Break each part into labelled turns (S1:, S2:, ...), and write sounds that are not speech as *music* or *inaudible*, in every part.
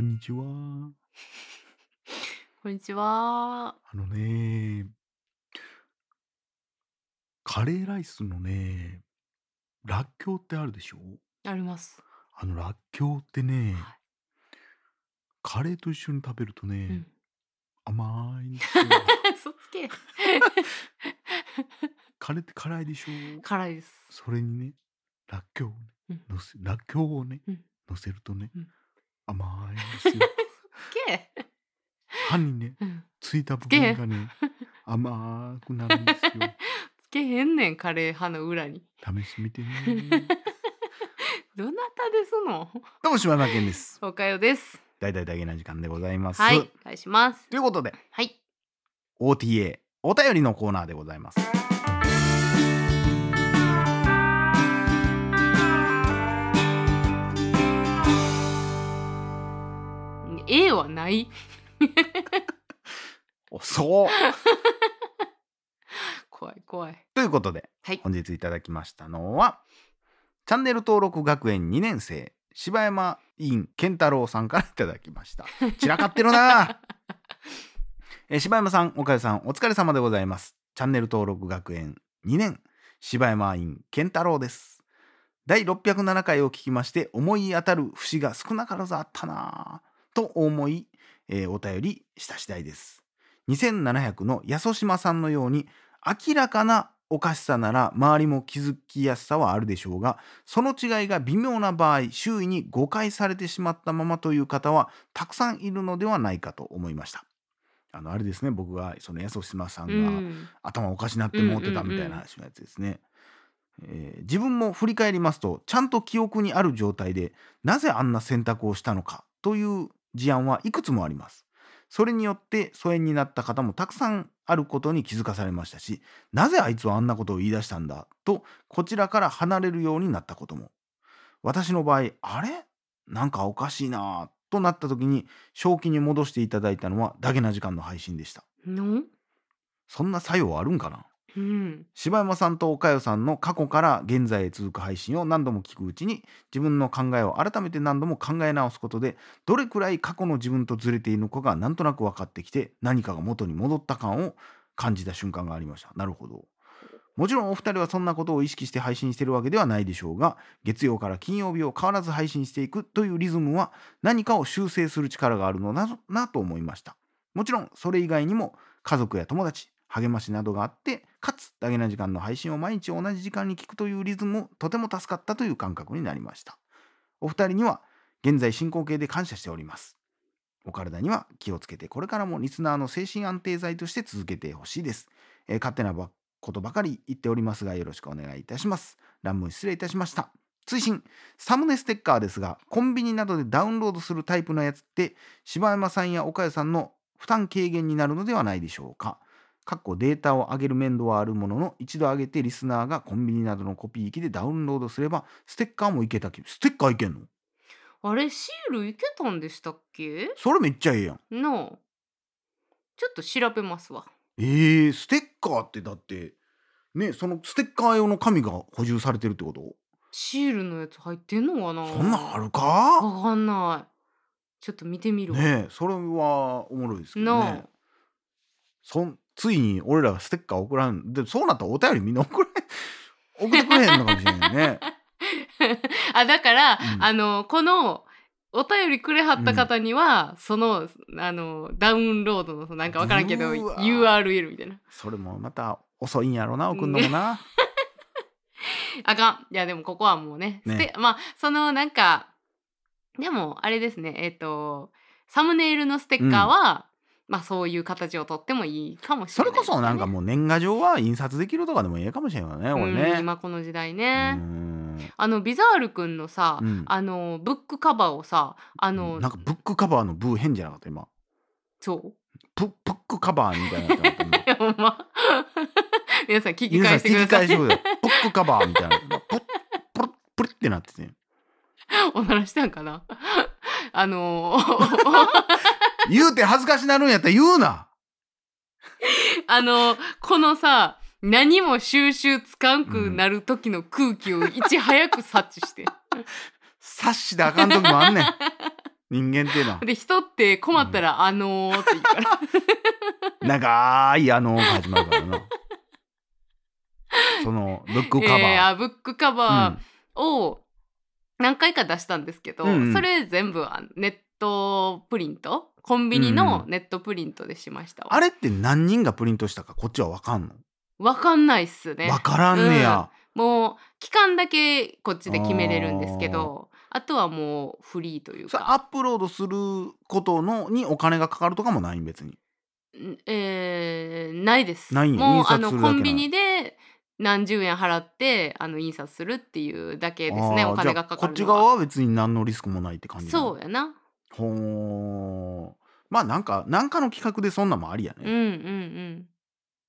S1: にちは。
S2: こんにちは。
S1: あのね、カレーライスのね、らっきょうってあるでしょ
S2: あり *laughs* ます。
S1: あのらっきょうってね、
S2: は
S1: カレーと一緒に食べると
S2: い。
S1: ね、
S2: うん。
S1: 甘いんです
S2: *laughs*
S1: よ。
S2: そつけ。
S1: カレーって辛いでしょ
S2: 辛いです。
S1: それにね、らっきょうをね
S2: うん。
S1: のせ、らっきょうをね
S2: うん、
S1: のせるとね
S2: うん、
S1: 甘いんで
S2: *laughs*
S1: すよ。
S2: け。
S1: 歯にね、
S2: うん。
S1: ついた部
S2: つけ
S1: 分がね、甘くなるん
S2: *laughs*
S1: ですよ。
S2: つけへんねん、カレー派の裏に。
S1: 試してみてね。
S2: どなたですの。
S1: どうも島田健です。
S2: おかよです。
S1: 大々大げな時間でございます。
S2: はい。お願いします。
S1: ということで
S2: はい。
S1: OTA お便りのコーナーでございます。
S2: A はない。
S1: おそう
S2: *laughs* 怖い怖い。
S1: ということで
S2: はい。
S1: 本日いただきましたのはチャンネル登録学園2年生柴山委員健太郎さんからいただき
S2: *laughs*
S1: ました。散らかってるなえー柴山さん岡谷さんお疲れ様でございます。チャンネル登録学園2年柴山委員健太郎です。第607回を聞きまして思い当たる節が少なからずあったなぁと思い、えーお便りした次第です。2700の安島さんのように明らかなおかしさなら周りも気づきやすさはあるでしょうがその違いが微妙な場合周囲に誤解されてしまったままという方はたくさんいるのではないかと思いました。あのあれですね僕がその安島さん
S2: う
S1: が、
S2: ん。
S1: 頭おかしなって思ってたみたいな話のやつですね。えー自分も振り返りますとちゃんと記憶にある状態でなぜあんな選択をしたのかという事案はいくつもあります。それによって疎遠になった方もたくさんあることに気づかされましたしなぜあいつはあんなことを言い出したんだとこちらから離れるようになったことも私の場合あれなんかおかしいなぁとなった時に正気に戻していただいたのはダゲな時間の配信でした
S2: の。
S1: そんな作用あるんかな
S2: うん。
S1: 柴山さんと岡代さんの過去から現在へ続く配信を何度も聞くうちに自分の考えを改めて何度も考え直すことでどれくらい過去の自分とずれているのかがなんとなく分かってきて何かが元に戻った感を感じた瞬間がありましたなるほどもちろんお二人はそんなことを意識して配信しているわけではないでしょうが月曜から金曜日を変わらず配信していくというリズムは何かを修正する力があるのだなと思いましたもちろんそれ以外にも家族や友達励ましなどがあってかつダゲな時間の配信を毎日同じ時間に聞くというリズムもとても助かったという感覚になりましたお二人には現在進行形で感謝しておりますお体には気をつけてこれからもリスナーの精神安定剤として続けてほしいです、えー勝手なばことばかり言っておりますがよろしくお願いいたします乱文失礼いたしました追伸サムネステッカーですがコンビニなどでダウンロードするタイプのやつって柴山さんや岡谷さんの負担軽減になるのではないでしょうかかっこデータを上げる面倒はあるものの一度上げてリスナーがコンビニなどのコピー機でダウンロードすればステッカーもいけたきステッカーいけんの
S2: あれシールいけたんでしたっけ？
S1: それめっちゃええやん
S2: の。ちょっと調べますわ。
S1: えー、ステッカーってだってねそのステッカー用の紙が補充されてるってこと
S2: シールのやつ入ってんのかな。
S1: そんなんあるか
S2: わかんない。ちょっと見てみるわ。
S1: ねえそれはおもろいですけどね
S2: な
S1: そんついに俺らがステッカー送らんでそうなったらお便りみんな送れ送ってくれへんのかもしれないね
S2: *laughs* あ。あだから、
S1: うん
S2: あのこのお便りくれはった方には、そのあのダウンロードのなんかわからんけど
S1: うわ
S2: URL みたいな。
S1: それもまた遅いんやろな送んのもな
S2: あかん。いやでもここはもうね。
S1: ね
S2: ステまあそのなんかでもあれですねえっ、とサムネイルのステッカーは、まあそういう形をとってもいいかもし
S1: そ
S2: れ
S1: れ
S2: ないで
S1: こ
S2: すね、
S1: そなんかもう年賀状は印刷できるとかでもええかもしれないね、これ
S2: うん
S1: ね。
S2: 今この時代
S1: う
S2: ね。
S1: ん
S2: あのビザールくんのさ、
S1: うん
S2: あのブックカバーをさあの、
S1: なんかブックカバーのブー変じゃなかった今。
S2: そう
S1: ブブックカバーみたいになってな
S2: *laughs*
S1: かった今
S2: いやほんま皆さん聞き
S1: 皆さん
S2: 返
S1: 聞
S2: してくだ
S1: き
S2: さ
S1: 返
S2: い
S1: してください。ブックカバーみたいな。プップルップルッってなってて。
S2: おならしたんかな *laughs* あの
S1: 言うて恥ずかしなるんやったら言うな
S2: *laughs* あのこのさ何も収集つかんくなる時の空気をいち早く察知して、
S1: 察してあかん時もあんねん。人間っていう
S2: *laughs*
S1: のは
S2: で人って困ったら「あのー」って言うから
S1: 長いあのが始まるからなそのブックカバ
S2: えー
S1: ー、
S2: あブックカバーを何回か出したんですけど、
S1: うんうん
S2: それ全部あのネットプリントコンビニ
S1: うん
S2: の
S1: う
S2: ネットプリントでしましたわ
S1: あれって何人がプリントしたかこっちは分かんの、
S2: わかんないっすね
S1: 分からんねや、
S2: もう期間だけこっちで決めれるんですけどあとはもうフリーという
S1: それ
S2: か
S1: アップロードすることのにお金がかかるとかもないん別に
S2: んえーないです
S1: ないんや
S2: もう
S1: 印刷
S2: あの
S1: する
S2: コ
S1: だけなの
S2: ンビニで何十円払ってあの印刷するっていうだけですね
S1: あー
S2: お金がかか
S1: じゃあこっ
S2: る
S1: ち
S2: の
S1: 側
S2: は
S1: は別に何のリスクもないって感じなの
S2: そうやな
S1: ほーまあなんかなんかの企画でそんなんもありやね、
S2: うんうんうん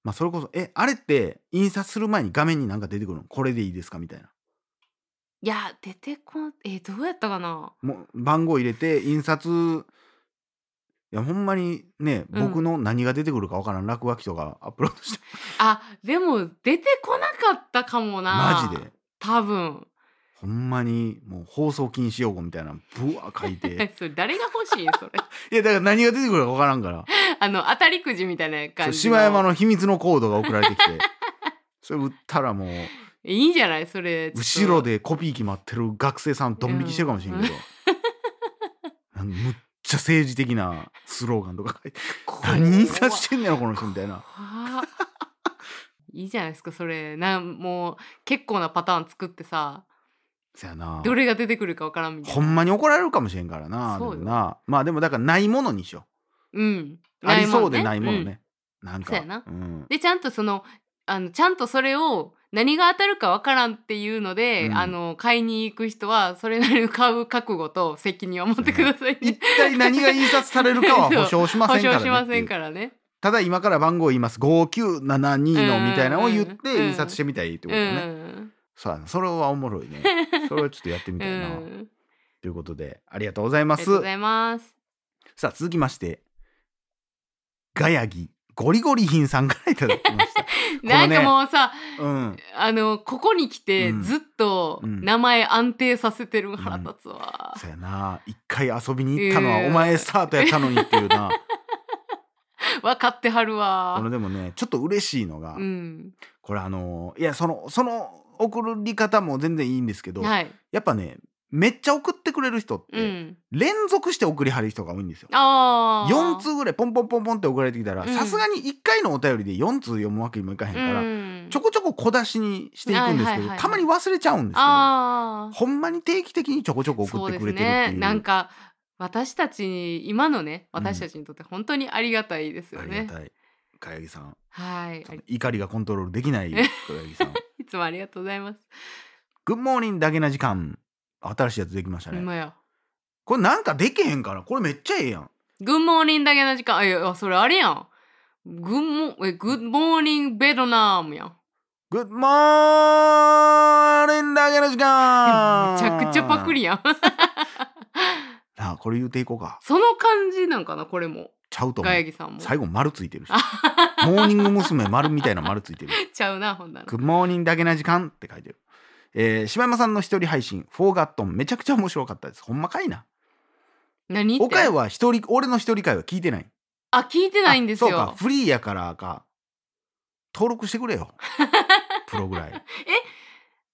S1: まあそれこそえあれって印刷する前に画面になんか出てくるのこれでいいですかみたいない
S2: や出てこんえーどうやったかな
S1: もう番号入れて印刷いやほんまにね、
S2: うん
S1: 僕の何が出てくるかわからん落書きとかアップロードして
S2: あでも出てこなかったかもな
S1: マジで
S2: 多分
S1: ほんまにもう放送禁止用語みたいなのぶわ書いて
S2: *laughs* それ誰が欲しいそれ
S1: いやだから何が出てくるかわからんから
S2: あの当たりくじみたいな
S1: そ
S2: 感
S1: う
S2: じ
S1: 柴山の秘密のコードが送られてきてそれ売ったらもう
S2: いいんじゃないそれちょっと
S1: 後ろでコピー機待ってる学生さんドン引きしてるかもしれんけど、
S2: *laughs*
S1: なんかむっちゃ政治的なスローガンとか書いて何印刷してんねやろこの人みたいな
S2: 怖っいいじゃないですかそれなんもう結構なパターン作ってさ
S1: そやな
S2: どれが出てくるかわからんみたい
S1: ほ
S2: なん
S1: まに怒られるかもしれんからな
S2: そうよ
S1: でもなまあでもだからないものにしよ
S2: うん
S1: うありそうで
S2: な
S1: ないい
S2: も
S1: も
S2: んね
S1: のね、なんか
S2: そうやなんうんでちゃんとそのあのちゃんとそれを何が当たるかわからんっていうので、
S1: うん
S2: あの買いに行く人はそれなりの買う覚悟と責任を持ってください、
S1: 一体何が印刷されるか
S2: *laughs*
S1: は保証しま
S2: 保
S1: せんから,、
S2: 証
S1: ね、
S2: しませんからね
S1: ただ今から番号言います5972のみたいなのを言っ
S2: うんうんうん
S1: て印刷してみたらいいって
S2: う
S1: ことね、
S2: ん、
S1: そうやなそれはおもろ
S2: *laughs*
S1: いねそれはちょっとやってみたい
S2: う
S1: な、
S2: ん
S1: ということでありがとうございま
S2: ありが
S1: す
S2: とうございます
S1: さあ続きましてガヤギゴリゴリ品さんからいただき
S2: *laughs*
S1: ました、
S2: なんかもうさ
S1: うん、
S2: あのここに来て
S1: うん
S2: ずっと
S1: うん
S2: 名前安定させてる腹立つわ、
S1: そうやな一回遊びに行ったのは
S2: えー
S1: お前スタートやったのにっていうな
S2: 分かってはる
S1: この
S2: わ
S1: でもねちょっと嬉しいのが、
S2: うん
S1: これあのいやそのその送り方も全然いいんですけど、
S2: はい
S1: やっぱねめっちゃ送ってくれる人っ
S2: う
S1: て
S2: ん
S1: 連続して送りはる人が多いんですよ。
S2: ああ
S1: 4通ぐらいポンポンポンポンって送られてきたら
S2: うん
S1: さすがに1回のお便りで4通読むわけにもいかへんから、
S2: うん
S1: ちょこちょこ小出しにしていくんです
S2: はいは
S1: け
S2: い
S1: ど、
S2: はい
S1: たまに忘れちゃうんですけど
S2: ああ
S1: ほんまに定期的にちょこちょこ送ってくれてるっていう
S2: そうですねなんか私たちに今のね
S1: うん
S2: 私たちにとって本当にありがたいですよ
S1: あ
S2: ね
S1: りが、たいかやぎさん
S2: はい
S1: その怒りがコントロールできないかや
S2: *laughs*
S1: ぎさん「
S2: いつもありがとうございます
S1: グッドモーニングだけな時間」新しいやつできました
S2: ほん
S1: ね
S2: まや
S1: これなんかできへんからこれめっちゃええやん
S2: グッモーニングだけの時間あいやそれあれやんグッモえグッモーニングベトナムやん
S1: 「グッドモーニングだけな時間」
S2: *laughs* めちゃくちゃパクリやん
S1: なあこれ言うていこうか
S2: その感じなんかなこれも
S1: ちゃうと思
S2: ガヤ
S1: う
S2: ギさんも
S1: 最後丸ついてるしモーニング娘。丸みたいな丸つ
S2: *laughs*
S1: いてる
S2: ちゃうなほんなら
S1: グッモーニングだけな時間って書いてる。えー、柴山さんの一人配信、フォーガットン、めちゃくちゃ面白かったです。ほんまかいな。
S2: 何って
S1: 岡山は一人、俺の一人会は聞いてない。
S2: あ聞いて *laughs* ないんです
S1: あそうか、
S2: よ
S1: フリーやからか。登録してくれよ。
S2: *laughs*
S1: プロぐらい。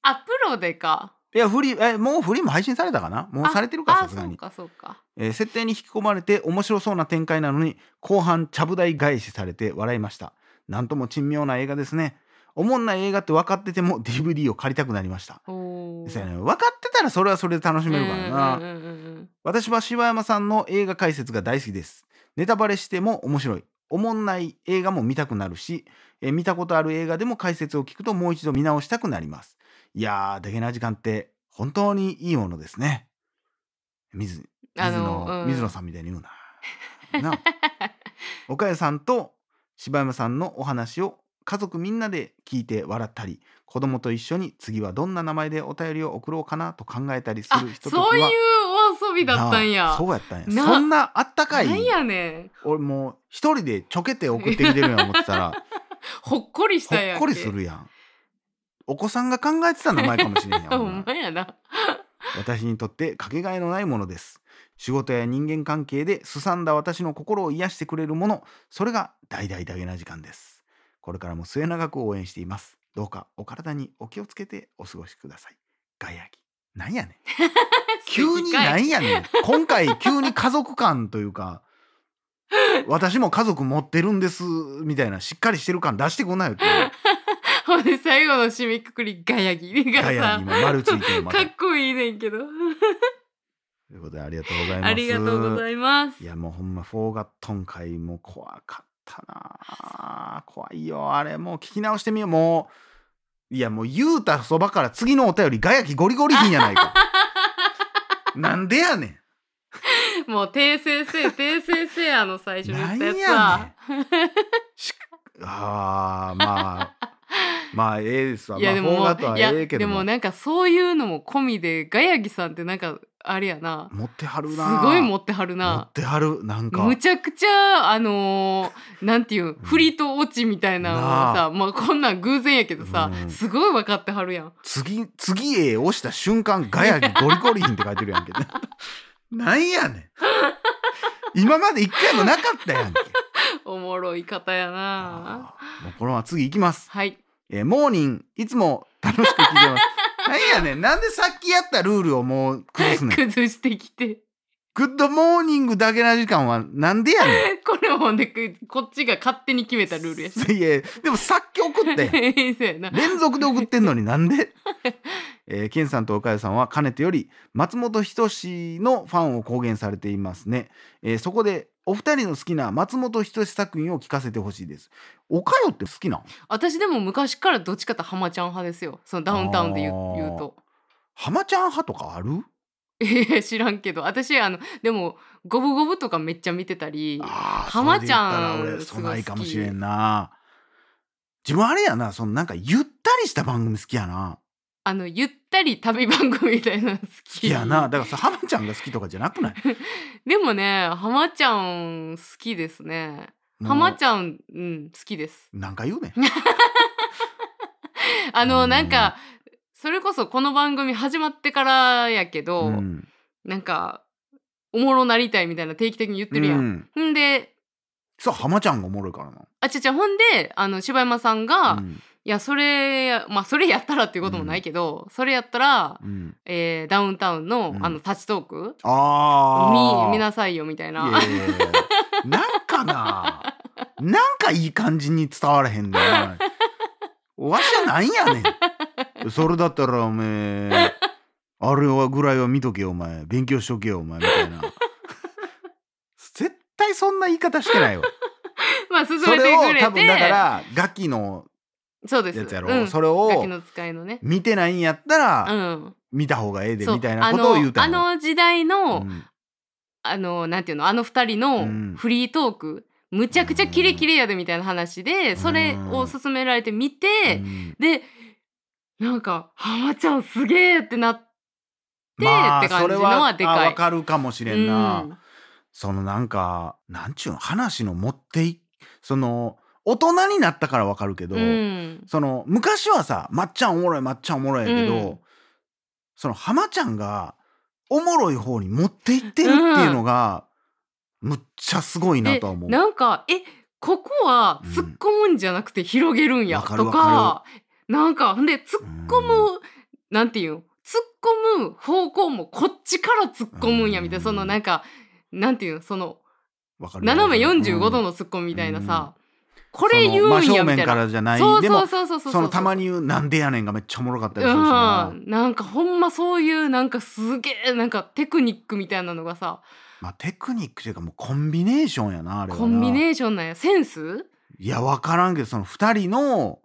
S2: アップロでか
S1: いや、フリー、え、もうフリーも配信されたかなもうされてるか、
S2: あ
S1: さす
S2: そう
S1: がに。
S2: かそうか
S1: えー設定に引き込まれて面白そうな展開なのに後半ちゃぶ台返しされて笑いましたなんとも珍妙な映画ですねおもんない映画って分かってても DVD を借りたくなりました
S2: おー
S1: そうやね分かってたらそれはそれで楽しめるからな、
S2: うんうんうんうん
S1: 私は柴山さんの映画解説が大好きですネタバレしても面白いおもんない映画も見たくなるし、えー見たことある映画でも解説を聞くともう一度見直したくなりますいやーだけな時間って本当にいいものですね水
S2: あ
S1: 水
S2: の
S1: 野
S2: うん
S1: 水野さんみたいに言う
S2: *laughs*
S1: なな岡谷さんと柴山さんのお話を家族みんなで聞いて笑ったり子供と一緒に次はどんな名前でお便りを送ろうかなと考えたりす
S2: あ
S1: るひとときは
S2: そういうお遊びだったん
S1: な
S2: や
S1: あそうやったんや
S2: な
S1: そんなあったかい
S2: なんやねん
S1: 俺もう一人でちょけて送ってきてるやん思って
S2: *laughs*
S1: たら
S2: ほっこりし
S1: ほった
S2: やんけ
S1: こりするやんお子さんが考えてた名前かもしれんや
S2: *laughs*
S1: ん
S2: ほ
S1: ほん
S2: ん
S1: な
S2: まやな
S1: 私にとってかけがえのないものです仕事や人間関係ですさんだ私の心を癒してくれるものそれが大々だけな時間ですこれからも末永く応援していますどうかお体にお気をつけてお過ごしくださいガヤギな
S2: *laughs*
S1: んやねん急にな
S2: ない
S1: んやねん今回急に家族感というか私も家族持ってるんですみたいなしっかりしてる感出してこないよっていう
S2: *laughs* ほんで最後の締めくくりガヤギが
S1: ガヤ
S2: さ
S1: に今丸ついてるま
S2: か
S1: た
S2: っこいいねんけど
S1: ということでありがとうございます
S2: ありがとうございます
S1: いやもうほんまフォーガットン会も怖かったなぁ怖いよあれもう聞き直してみようもういやもう言うたそばから次のお便りガヤキゴリゴリ品やな
S2: *laughs*
S1: いかなんでやねん
S2: もう訂正せえ
S1: *laughs*
S2: 訂正せえあの最初に言ったやつは
S1: あーまあまあええですわ
S2: いや
S1: ま
S2: で
S1: あ
S2: も
S1: フォー
S2: も
S1: ガット
S2: う
S1: はい
S2: や
S1: ええけ
S2: で
S1: ども
S2: もなんかそういうのも込みでガヤギさんってなんかあれやな
S1: 持ってはる
S2: す
S1: なぁ
S2: ごい持ってはる
S1: 持
S2: な
S1: ってはるなんか
S2: むちゃくちゃあのーなんていうん振りと落ちみたいなのを
S1: な
S2: さまあこんなん偶然やけどさ、
S1: うん
S2: すごい分かってはるやん
S1: 次次へ押した瞬間ガヤギゴリゴリ品って書いてるや
S2: *laughs*
S1: んけなんやねん今まで一回もなかったやんけ
S2: おもろい方やな
S1: あーもうこのまま次行きます、
S2: はい
S1: えーモーニンいつも楽し
S2: *laughs*
S1: く聞いてますなんやねんなんでさっきやったルールをもう
S2: *laughs*
S1: 崩すねん
S2: 崩してきて *laughs*
S1: グッドモーニングだけな時間はなんでやねん
S2: これもんでくこっちが勝手に決めた *laughs* ルールやし
S1: いやでもさっき送
S2: *laughs*
S1: ったやん
S2: そうやな
S1: 連続で送ってんのにな
S2: *laughs*
S1: んでえー、ケンさんと岡谷さんはかねてより松本人志のファンを公言されていますね、えーそこでお二人の好きな松本人志作品を聞かせてほしいです岡谷って好きなん
S2: 私でも昔からどっちかってハマちゃん派ですよそのダウンタウンで言
S1: あ
S2: う
S1: ー
S2: 言うと *laughs*
S1: 浜ちゃん派とかある
S2: ええ知らんけど私あのでもゴブゴブとかめっちゃ見てたり
S1: あー
S2: 浜ちゃん
S1: それで言ったら俺そないかもしれんな自分あれやなそのなんかゆったりした番組好きやな
S2: あのゆったり旅番組みたいなの好
S1: 好
S2: き
S1: きや
S2: *laughs*
S1: なだからさ浜ちゃんが好きとかじゃなくない
S2: でもね浜ちゃん好きですね浜ちゃんうん好きです
S1: ゃんなんか言うねん
S2: あの、
S1: うん
S2: なんかそれこそこの番組始まってからやけど、
S1: うん
S2: なんかおもろなりたいみたいな定期的に言ってるや。
S1: うんん、
S2: ん、で
S1: そう浜ちゃんがおもろいからな
S2: あちゃちゃほんであの柴山さんが、
S1: う
S2: い
S1: ん
S2: やそれやまあそれやったらっていうこともないけど、それやったら、
S1: うん、
S2: えーダウンタウンの、
S1: うん
S2: あのタッチトーク
S1: ああ
S2: 見見なさいよみたいな。
S1: いやいやいやなんかななんかいい感じに伝わらへんだよわしゃなんやねんそれだったらおめえあれはぐらいは見とけよお前勉強しとけよお前みたいな絶対そんな言い方して
S2: *laughs*
S1: ないわ
S2: *laughs* まあ進
S1: そ
S2: めて
S1: れ
S2: く
S1: を
S2: れて
S1: 多分だからガキの
S2: そうです
S1: やつやろ、
S2: うん、
S1: それ
S2: ガキ
S1: を
S2: の使いのね。
S1: 見てないんやったら、
S2: うん、
S1: 見た方がええで
S2: そう
S1: みたいなことを言うた
S2: あ
S1: んやろ
S2: のあの時代の、
S1: うん
S2: あのなんていうのあの二人
S1: うん
S2: のフリートーク、むちゃくちゃキレキレやでみたいな話で、
S1: ん
S2: それを勧められて見て、
S1: うん
S2: でなんか「浜ちゃんすげえ!」ってなって、って感じのはでかい
S1: それあわかるかもしれんな、
S2: うん
S1: そのなんかなんちゅうの話の持っていその大人になったからわかるけど、
S2: うん
S1: その昔はさ「まっちゃんおもろいまっちゃんおもろい」やけど、
S2: うん
S1: その浜ちゃんがおもろい方に持っていってるっていうのが、むっちゃすごいなとは思う。
S2: なんかえここは
S1: うん
S2: 突っ込むんじゃなくて広げるんや、
S1: わかる
S2: とかなんかほんで突っ込む、なんていうの突っ込む方向もこっちから突っ込むんやみたいな、
S1: うん
S2: そのなんかなんていうのその
S1: わかる
S2: 斜め45度
S1: うん
S2: のツッコミみたいなさ、こ
S1: こ
S2: れ言うんやみた
S1: 真正面
S2: い
S1: か
S2: な。
S1: らじゃない
S2: そう
S1: で
S2: そう
S1: も
S2: そうそうそう
S1: そのたま
S2: に
S1: に言う「なんでやねん」がめっちゃおもろかった
S2: う
S1: りするしな、
S2: んなんかほんまそういうなんかすげえなんかテクニックみたいなのがさ
S1: まあ、テクニックというかもうコンビネーションやなあれはな
S2: コンビネーションなんやセンス
S1: いや分からんけどその2人の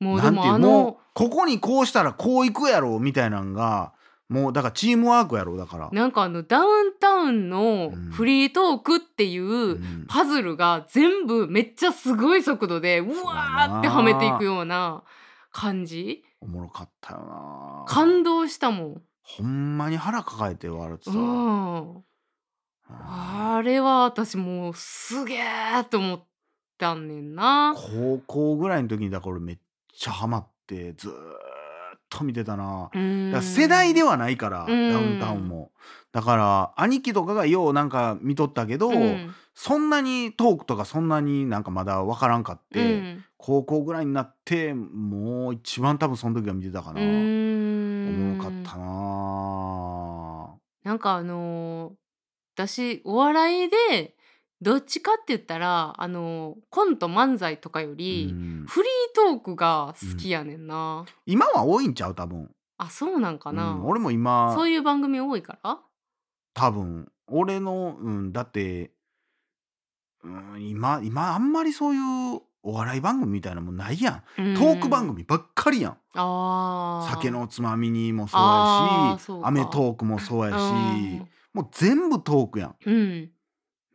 S2: もう
S1: な
S2: で
S1: んて
S2: も
S1: い
S2: あ
S1: うもう
S2: の
S1: ここにこうしたらこういくやろみたいなんがもうだからチームワークやろだから、
S2: なんかあのダウンタウンの
S1: うん
S2: フリートークっていううんパズルが全部めっちゃすごい速度でうわーってはめていくような感じ
S1: おもろかったよな
S2: 感動したも
S1: ほんまに腹抱えて笑って
S2: ん。
S1: た、
S2: うん
S1: あ
S2: あれは私もうすげえと思ったんねんな
S1: ー。高校ぐらいの時にだから俺めっちゃハマってずーっと見てたなだ
S2: ん
S1: から世代ではないか
S2: う
S1: ら、
S2: ん
S1: ダウンタウンもだから兄貴とかがようなんか見とったけど、
S2: うん
S1: そんなにトークとかそんなになんかまだ分からんかって、
S2: うん
S1: 高校ぐらいになってもう一番多分その時は見てたかな、
S2: う
S1: お
S2: ん
S1: もろかったな
S2: なんかあのー私お笑いでどっちかって言ったらあのーコント漫才とかより、
S1: うん
S2: フリートークが好きやねんな、
S1: 今は多いんちゃう多分、
S2: あそうなんかな、
S1: うん俺も今
S2: そういう番組多いから
S1: 多分俺の、うん、だって、うん、今今あんまりそういうお笑い番組みたいなもんないやんトーク番
S2: 組
S1: 組ばっかりやん、
S2: あー
S1: 酒のつまみにもそう
S2: あ
S1: や
S2: ー
S1: し
S2: そうか
S1: アメトークもそうやし、もう全部トークやん
S2: うんうん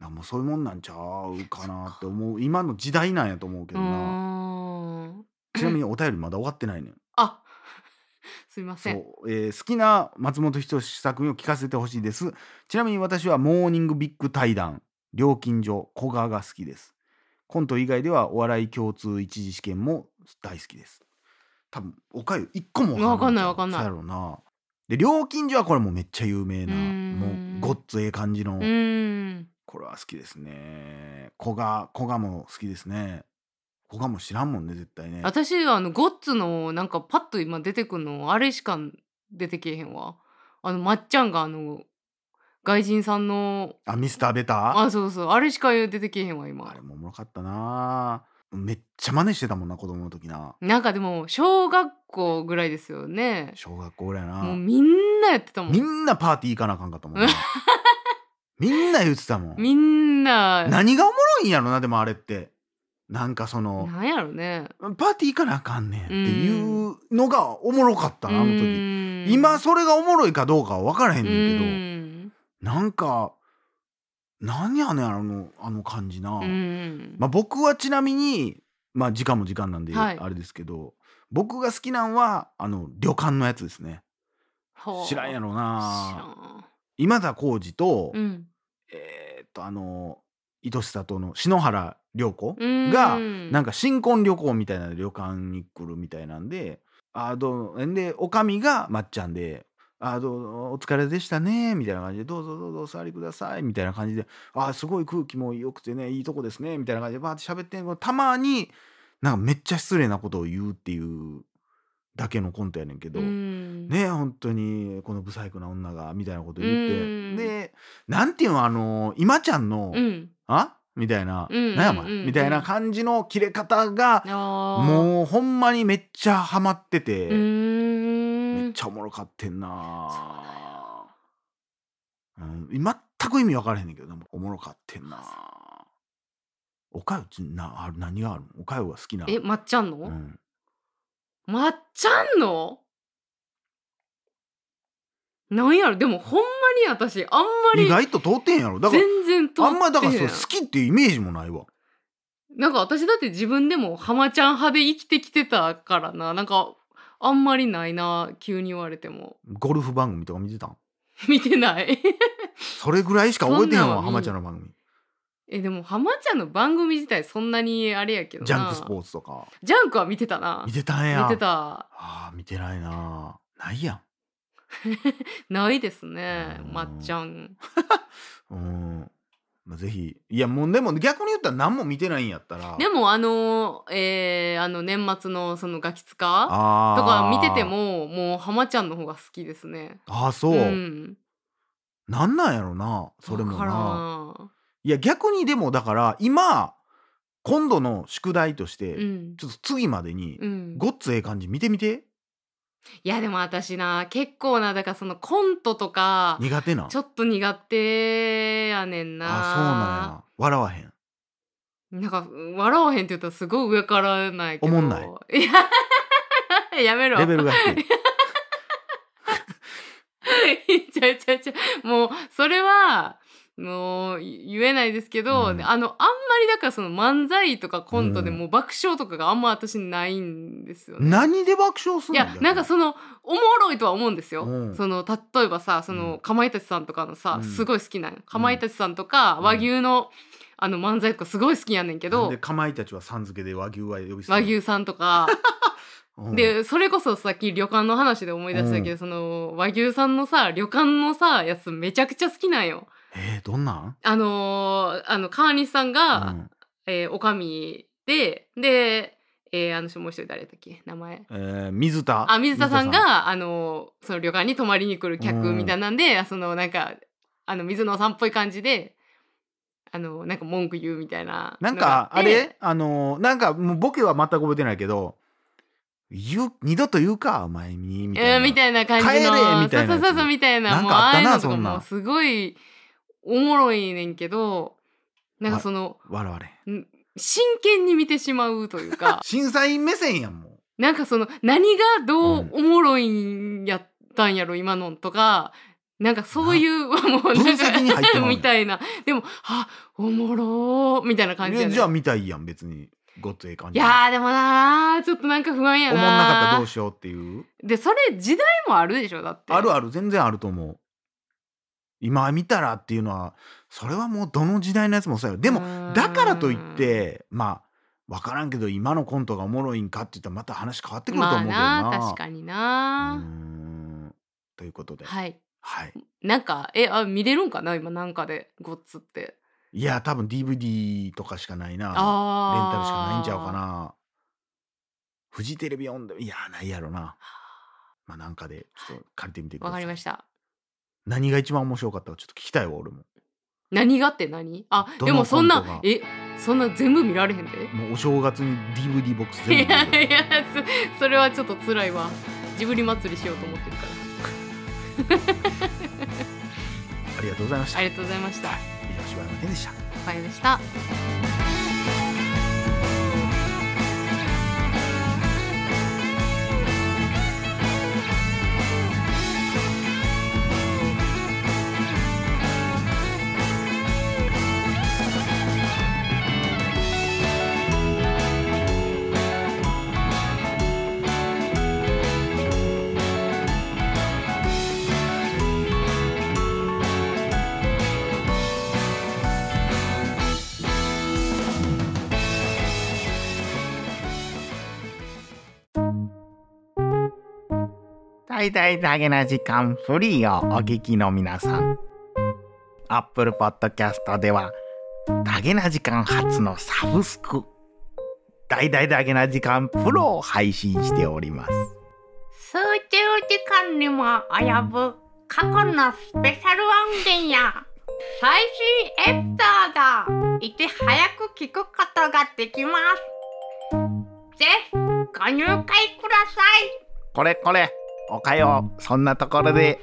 S1: なんもうそういうもんなんちゃうかなって思う今の時代なんやと思うけどな
S2: うーん
S1: ちなみにお便りまだ終わってないねん
S2: あ *laughs* すいま
S1: そ
S2: せん
S1: う、えー好きな松本人志作品を聞かせてほしいですちなみに私はモーニングビッグ対談料金所小川が好きですコント以外ではお笑い共通一次試験も大好きです多分おかゆ一個も
S2: わかんないわかんない
S1: そうやろうなで料金所はこれもうめっちゃ有名な
S2: うーん
S1: もうごっつええ感じの
S2: うーん
S1: これは好きですね小賀小賀も好きですね小賀も知らんもんね絶対ね
S2: 私はあのゴッツのなんかパッと今出てくるのあれしか出てけえへんわあのまっちゃんがあの外人さんの
S1: あミスターベター
S2: あそうそうあれしか出てけえへんわ今
S1: あれもおもろかったなめっちゃ真似してたもんな子供の時な
S2: なんかでも小学校ぐらいですよね
S1: 小学校ぐらいな
S2: もうみんなやってたも
S1: み
S2: ん
S1: んなパーティー行かなあかんかったもん
S2: *laughs*
S1: なみんな言ってたもん
S2: みんな
S1: 何がおもろいんやろなでもあれってなんかその
S2: なんやろね
S1: パーティー行かなあかんねんっていうのがおもろかったなあの時
S2: 時
S1: 今それがおもろいかどうかは分からへん
S2: う
S1: ねんけど
S2: ん
S1: なんか何やねんあのあの感じな
S2: うん
S1: まあ、僕はちなみに、まあ、時間も時間なんで
S2: はい
S1: あれですけど、僕が好きなんはあの旅館のやつですね
S2: ほう
S1: 知らんやろ
S2: 知
S1: な
S2: らん
S1: 今田耕司と、
S2: うん
S1: えーっとあの愛しさとの篠原涼子
S2: うん
S1: がなんか新婚旅行みたいな旅館に来るみたいなんであーどうでおかみがまっちゃんで「あーどうぞお疲れでしたね」みたいな感じで「どうぞどうぞお座りください」みたいな感じで「あーすごい空気も良くてねいいとこですね」みたいな感じでバーって喋ってんのたまになんかめっちゃ失礼なことを言うっていうだけのコントやねんけど。
S2: うん
S1: ね本当にこの不細工な女がみたいなこと言っ
S2: うん
S1: てでなんていうのあの今ちゃんの
S2: うん
S1: あみたいな、
S2: うん
S1: なんやお
S2: うんうんう
S1: 前
S2: ん
S1: みたいな感じの切れ方が
S2: あー
S1: もうほんまにめっちゃハマってて、
S2: うーん
S1: めっちゃおもろかってんなうん、全く意味分からへんねんけどなおもろかってんなおかゆちなあ何があるのおかゆが好きな
S2: えまっちゃんの、
S1: うん、
S2: まっちゃんのなんやろでもほんまに私あんまり
S1: 意外と通ってへんやろだから
S2: 全然通ってへ
S1: あんまだからそれ好きっていうイメージもないわ
S2: なんか私だって自分でも浜ちゃん派で生きてきてたからななんかあんまりないな急に言われても *laughs*
S1: ゴルフ番組とか見てたん
S2: 見てない *laughs*
S1: それぐらいしか覚えてへん
S2: そんなん
S1: わ
S2: は見ん
S1: 浜ちゃんの番組
S2: えでも浜ちゃんの番組自体そんなにあれやけどな
S1: ジャンクスポーツとか
S2: ジャンクは見てたな
S1: 見てたんや
S2: 見てた
S1: ああ見てないなないや
S2: ないですね
S1: うん
S2: まっちゃん
S1: んうん、まあ、ぜひいやもうでも逆に言ったら何も見てないんやったら
S2: でもあのーえーあの年末のそのガキ使
S1: と
S2: とか見ててももう浜ちゃんの方が好きですね。
S1: ああそう、
S2: ん、
S1: なんなんやろなそれも
S2: わから
S1: なんいや逆にでもだから今今度の宿題として、
S2: うん
S1: ちょっと次までに、
S2: うん、
S1: ごっつええ感じ見てみて
S2: いやでも私な結構なだからそのコントとか
S1: 苦手なん
S2: ちょっと苦手やねんな。
S1: あそうなんや笑わへん
S2: なんか笑わへんって言ったらすごい上からないけど。。
S1: おもんない
S2: や *laughs* やめろ。
S1: レベルが
S2: *laughs*
S1: 低い
S2: *laughs* ちゃうちゃうちゃうもうそれはもう言えないですけど、
S1: うん
S2: あのあんまりだからその漫才とかコントで
S1: うん
S2: もう爆笑とかがあんま私ないんですよね。
S1: 何で爆笑す
S2: い
S1: る
S2: やなんかそのおもろいとは思うんですよ。
S1: うん
S2: その例えばさその、
S1: うん
S2: かまいたちさんとかのさ、
S1: うん
S2: すごい好きなんよかまいたちさんとか、
S1: うん
S2: 和牛のあの漫才とかすごい好きやねんけ
S1: け
S2: ど
S1: でかまいたちはさん付けで和牛は呼び捨て
S2: 和牛さんとか
S1: うん
S2: でそれこそさっき旅館の話で思い出したけど、その和牛さんのさ旅館のさやつめちゃくちゃ好きなんよ。
S1: えー、どんなん、
S2: あのーあの川西さん
S1: う
S2: が、
S1: ん
S2: えー、おかみでで、えーあの人もう一人誰だっけ名前
S1: えー、水田
S2: あ水田さんがあのその旅館に泊まりに来る客みたいなんで、そのなんかあの水野さんっぽい感じであのなんか文句言うみたいな
S1: なん
S2: のが
S1: か
S2: っ
S1: あ
S2: て
S1: れあのーなんかもうボケは全く覚えてないけど言う二度と言うかお前にみたいな,、
S2: えーみたいな感じの
S1: 帰れみた
S2: そう
S1: いな
S2: そうそうそうみたいな
S1: なんかあった
S2: もういう
S1: な
S2: のと
S1: そんなん
S2: もうすごいおもろいねんけどなんかその
S1: 我々
S2: 真剣に見てしまうというか
S1: 審査員目線やんもう
S2: なんかその何がどうおもろいんやったんやろ今のんとかなんかそういう *laughs* もう
S1: 分
S2: なん
S1: 析に入ってま
S2: か
S1: うねん
S2: みたいなでもあおもろーみたいな感じ
S1: い
S2: や
S1: や
S2: ね
S1: じゃあ見たいやん別にごっつええ感
S2: い
S1: じ
S2: やーでもなーちょっとなんか不安や
S1: 思んなかったら
S2: な
S1: どうしようっていう
S2: でそれ時代もあるでしょだって
S1: あるある全然あると思う今見たらっていうのはそれはもうどの時代のやつもそうやろでも
S2: も
S1: だからといってまあ分からんけど今のコントがおもろいんかって言ったらまた話変わってくると思うけどな,、
S2: まあな確かに
S1: うー
S2: な、
S1: んということで、はい
S2: はいなんかえあ見れるんかな今なんかでゴッツって
S1: いや多分 DVD とかしかないなレン
S2: ああ
S1: タルしかないんちゃうかなフジテレビオンでいやないやろなまあなんかでちょっと借りてみてくだ
S2: わ
S1: さ
S2: か
S1: い
S2: りました
S1: 何が一番面白かったかちょっと聞きたいわ俺も
S2: 何がって何あ
S1: どの
S2: でもそん
S1: コント
S2: な
S1: が
S2: えそんな全部見られへんで
S1: もうお正月に DVD ボックス
S2: い
S1: 全部
S2: や
S1: 入れ
S2: い
S1: て
S2: やそそれはちょっと辛いわジブリ祭りしようと思ってるから
S1: ありがとうございました
S2: ありがとうございました
S1: 以上柴山健でした
S2: おかよでした
S1: 大々だけな時間フリーをお聞きの皆さん Apple Podcast ではだげな時間初のサブスク大々だけな時間プロを配信しております
S3: 数十時間にも及ぶ過去のスペシャル音源や最新エピソードをいち早く聞くことができます。ぜひご入会ください。
S1: これこれおかようそんなところで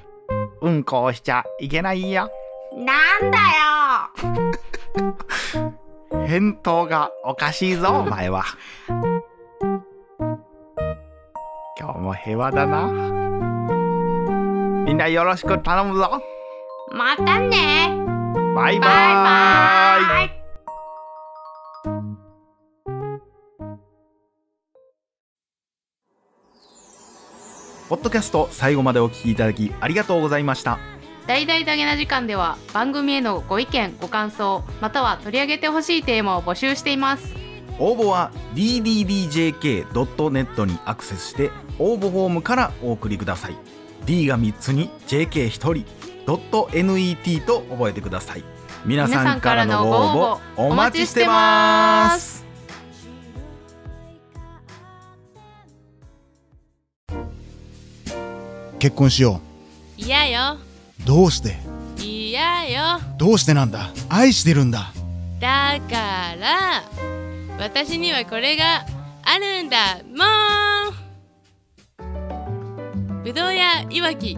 S1: うんこをしちゃいけないよ
S3: なんだよ
S1: 返答がおかしいぞお前は今日も平和だなみんなよろしく頼むぞ
S3: またね
S1: バイバー
S3: バイ
S1: イ
S3: バイ
S1: ポッドキャスト最後までお聞きいただきありがとうございました
S2: 大々だげな時間では番組へのご意見ご感想または取り上げてほしいテーマを募集しています
S1: 応募は ddjk.net にアクセスして応募フォームからお送りください D が3つに JK1 人 .net と覚えてください皆さんからのご応募お待ちしてます
S4: 結婚しよ
S2: 嫌よ
S4: うどうして
S2: 嫌よ
S4: どうしてなんだ愛してるんだ
S2: だから私にはこれがあるんだもんぶどうやいわき